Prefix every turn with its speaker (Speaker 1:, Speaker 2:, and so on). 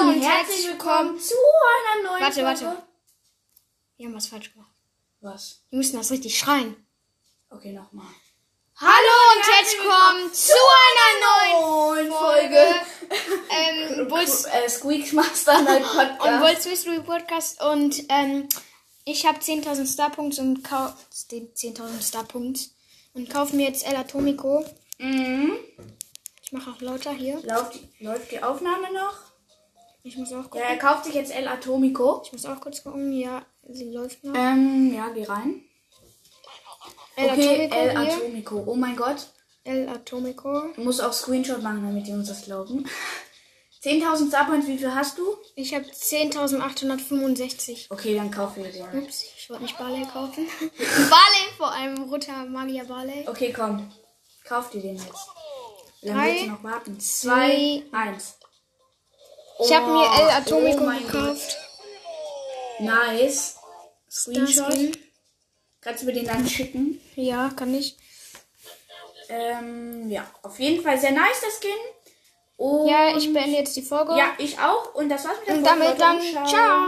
Speaker 1: und herzlich willkommen
Speaker 2: zu einer neuen
Speaker 1: Warte,
Speaker 2: Folge.
Speaker 1: warte. Wir haben was falsch gemacht.
Speaker 2: Was?
Speaker 1: Wir müssen das richtig schreien.
Speaker 2: Okay, nochmal.
Speaker 1: Hallo und herzlich willkommen zu einer
Speaker 2: Neuen
Speaker 1: Folge. neuen ähm, Bulls
Speaker 2: Äh, Squeaks Master Night Podcast.
Speaker 1: und Bulls Mystery Podcast und ähm, ich habe 10.000 Starpunkts und kau- den 10.000 Starpunkts und kaufe mir jetzt El Atomico.
Speaker 2: mhm.
Speaker 1: Ich mache auch lauter hier.
Speaker 2: Läuft, die- läuft die Aufnahme noch?
Speaker 1: Ich muss auch
Speaker 2: Ja,
Speaker 1: gucken.
Speaker 2: er kauft sich jetzt El Atomico.
Speaker 1: Ich muss auch kurz gucken. Ja, sie läuft noch.
Speaker 2: Ähm, ja, geh rein.
Speaker 1: El
Speaker 2: okay,
Speaker 1: Atomico
Speaker 2: El
Speaker 1: hier.
Speaker 2: Atomico. Oh mein Gott.
Speaker 1: El Atomico.
Speaker 2: Du musst auch Screenshot machen, damit die uns das glauben. 10.000 Starpoints, wie viel hast du?
Speaker 1: Ich habe 10.865.
Speaker 2: Okay, dann kauf wir dir.
Speaker 1: Ups, ich wollte nicht Barley kaufen. Barley, vor allem roter Magier Barley.
Speaker 2: Okay, komm. Kauf dir den jetzt. Wie
Speaker 1: Drei,
Speaker 2: lange willst du noch warten? Zwei, eins.
Speaker 1: Ich habe mir El
Speaker 2: Oh,
Speaker 1: Atomico
Speaker 2: oh mein
Speaker 1: gekauft.
Speaker 2: Nice.
Speaker 1: Das
Speaker 2: Screenshot.
Speaker 1: Skin.
Speaker 2: Kannst du mir den dann schicken?
Speaker 1: Ja, kann ich.
Speaker 2: Ähm, ja, auf jeden Fall sehr nice, das Skin. Und
Speaker 1: Ja, ich beende jetzt die Folge.
Speaker 2: ja, ich auch. Und das war's mit der
Speaker 1: Und
Speaker 2: Folge,
Speaker 1: damit dann,
Speaker 2: Leute.
Speaker 1: ciao.